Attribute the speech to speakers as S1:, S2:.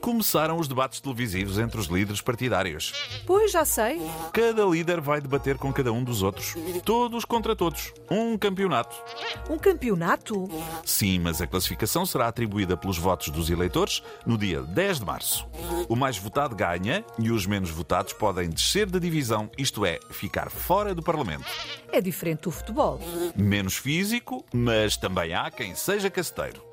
S1: Começaram os debates televisivos entre os líderes partidários.
S2: Pois já sei.
S1: Cada líder vai debater com cada um dos outros. Todos contra todos. Um campeonato.
S2: Um campeonato?
S1: Sim, mas a classificação será atribuída pelos votos dos eleitores no dia 10 de março. O mais votado ganha e os menos votados podem descer da divisão, isto é, ficar fora do Parlamento.
S2: É diferente do futebol.
S1: Menos físico, mas também há quem seja caceteiro.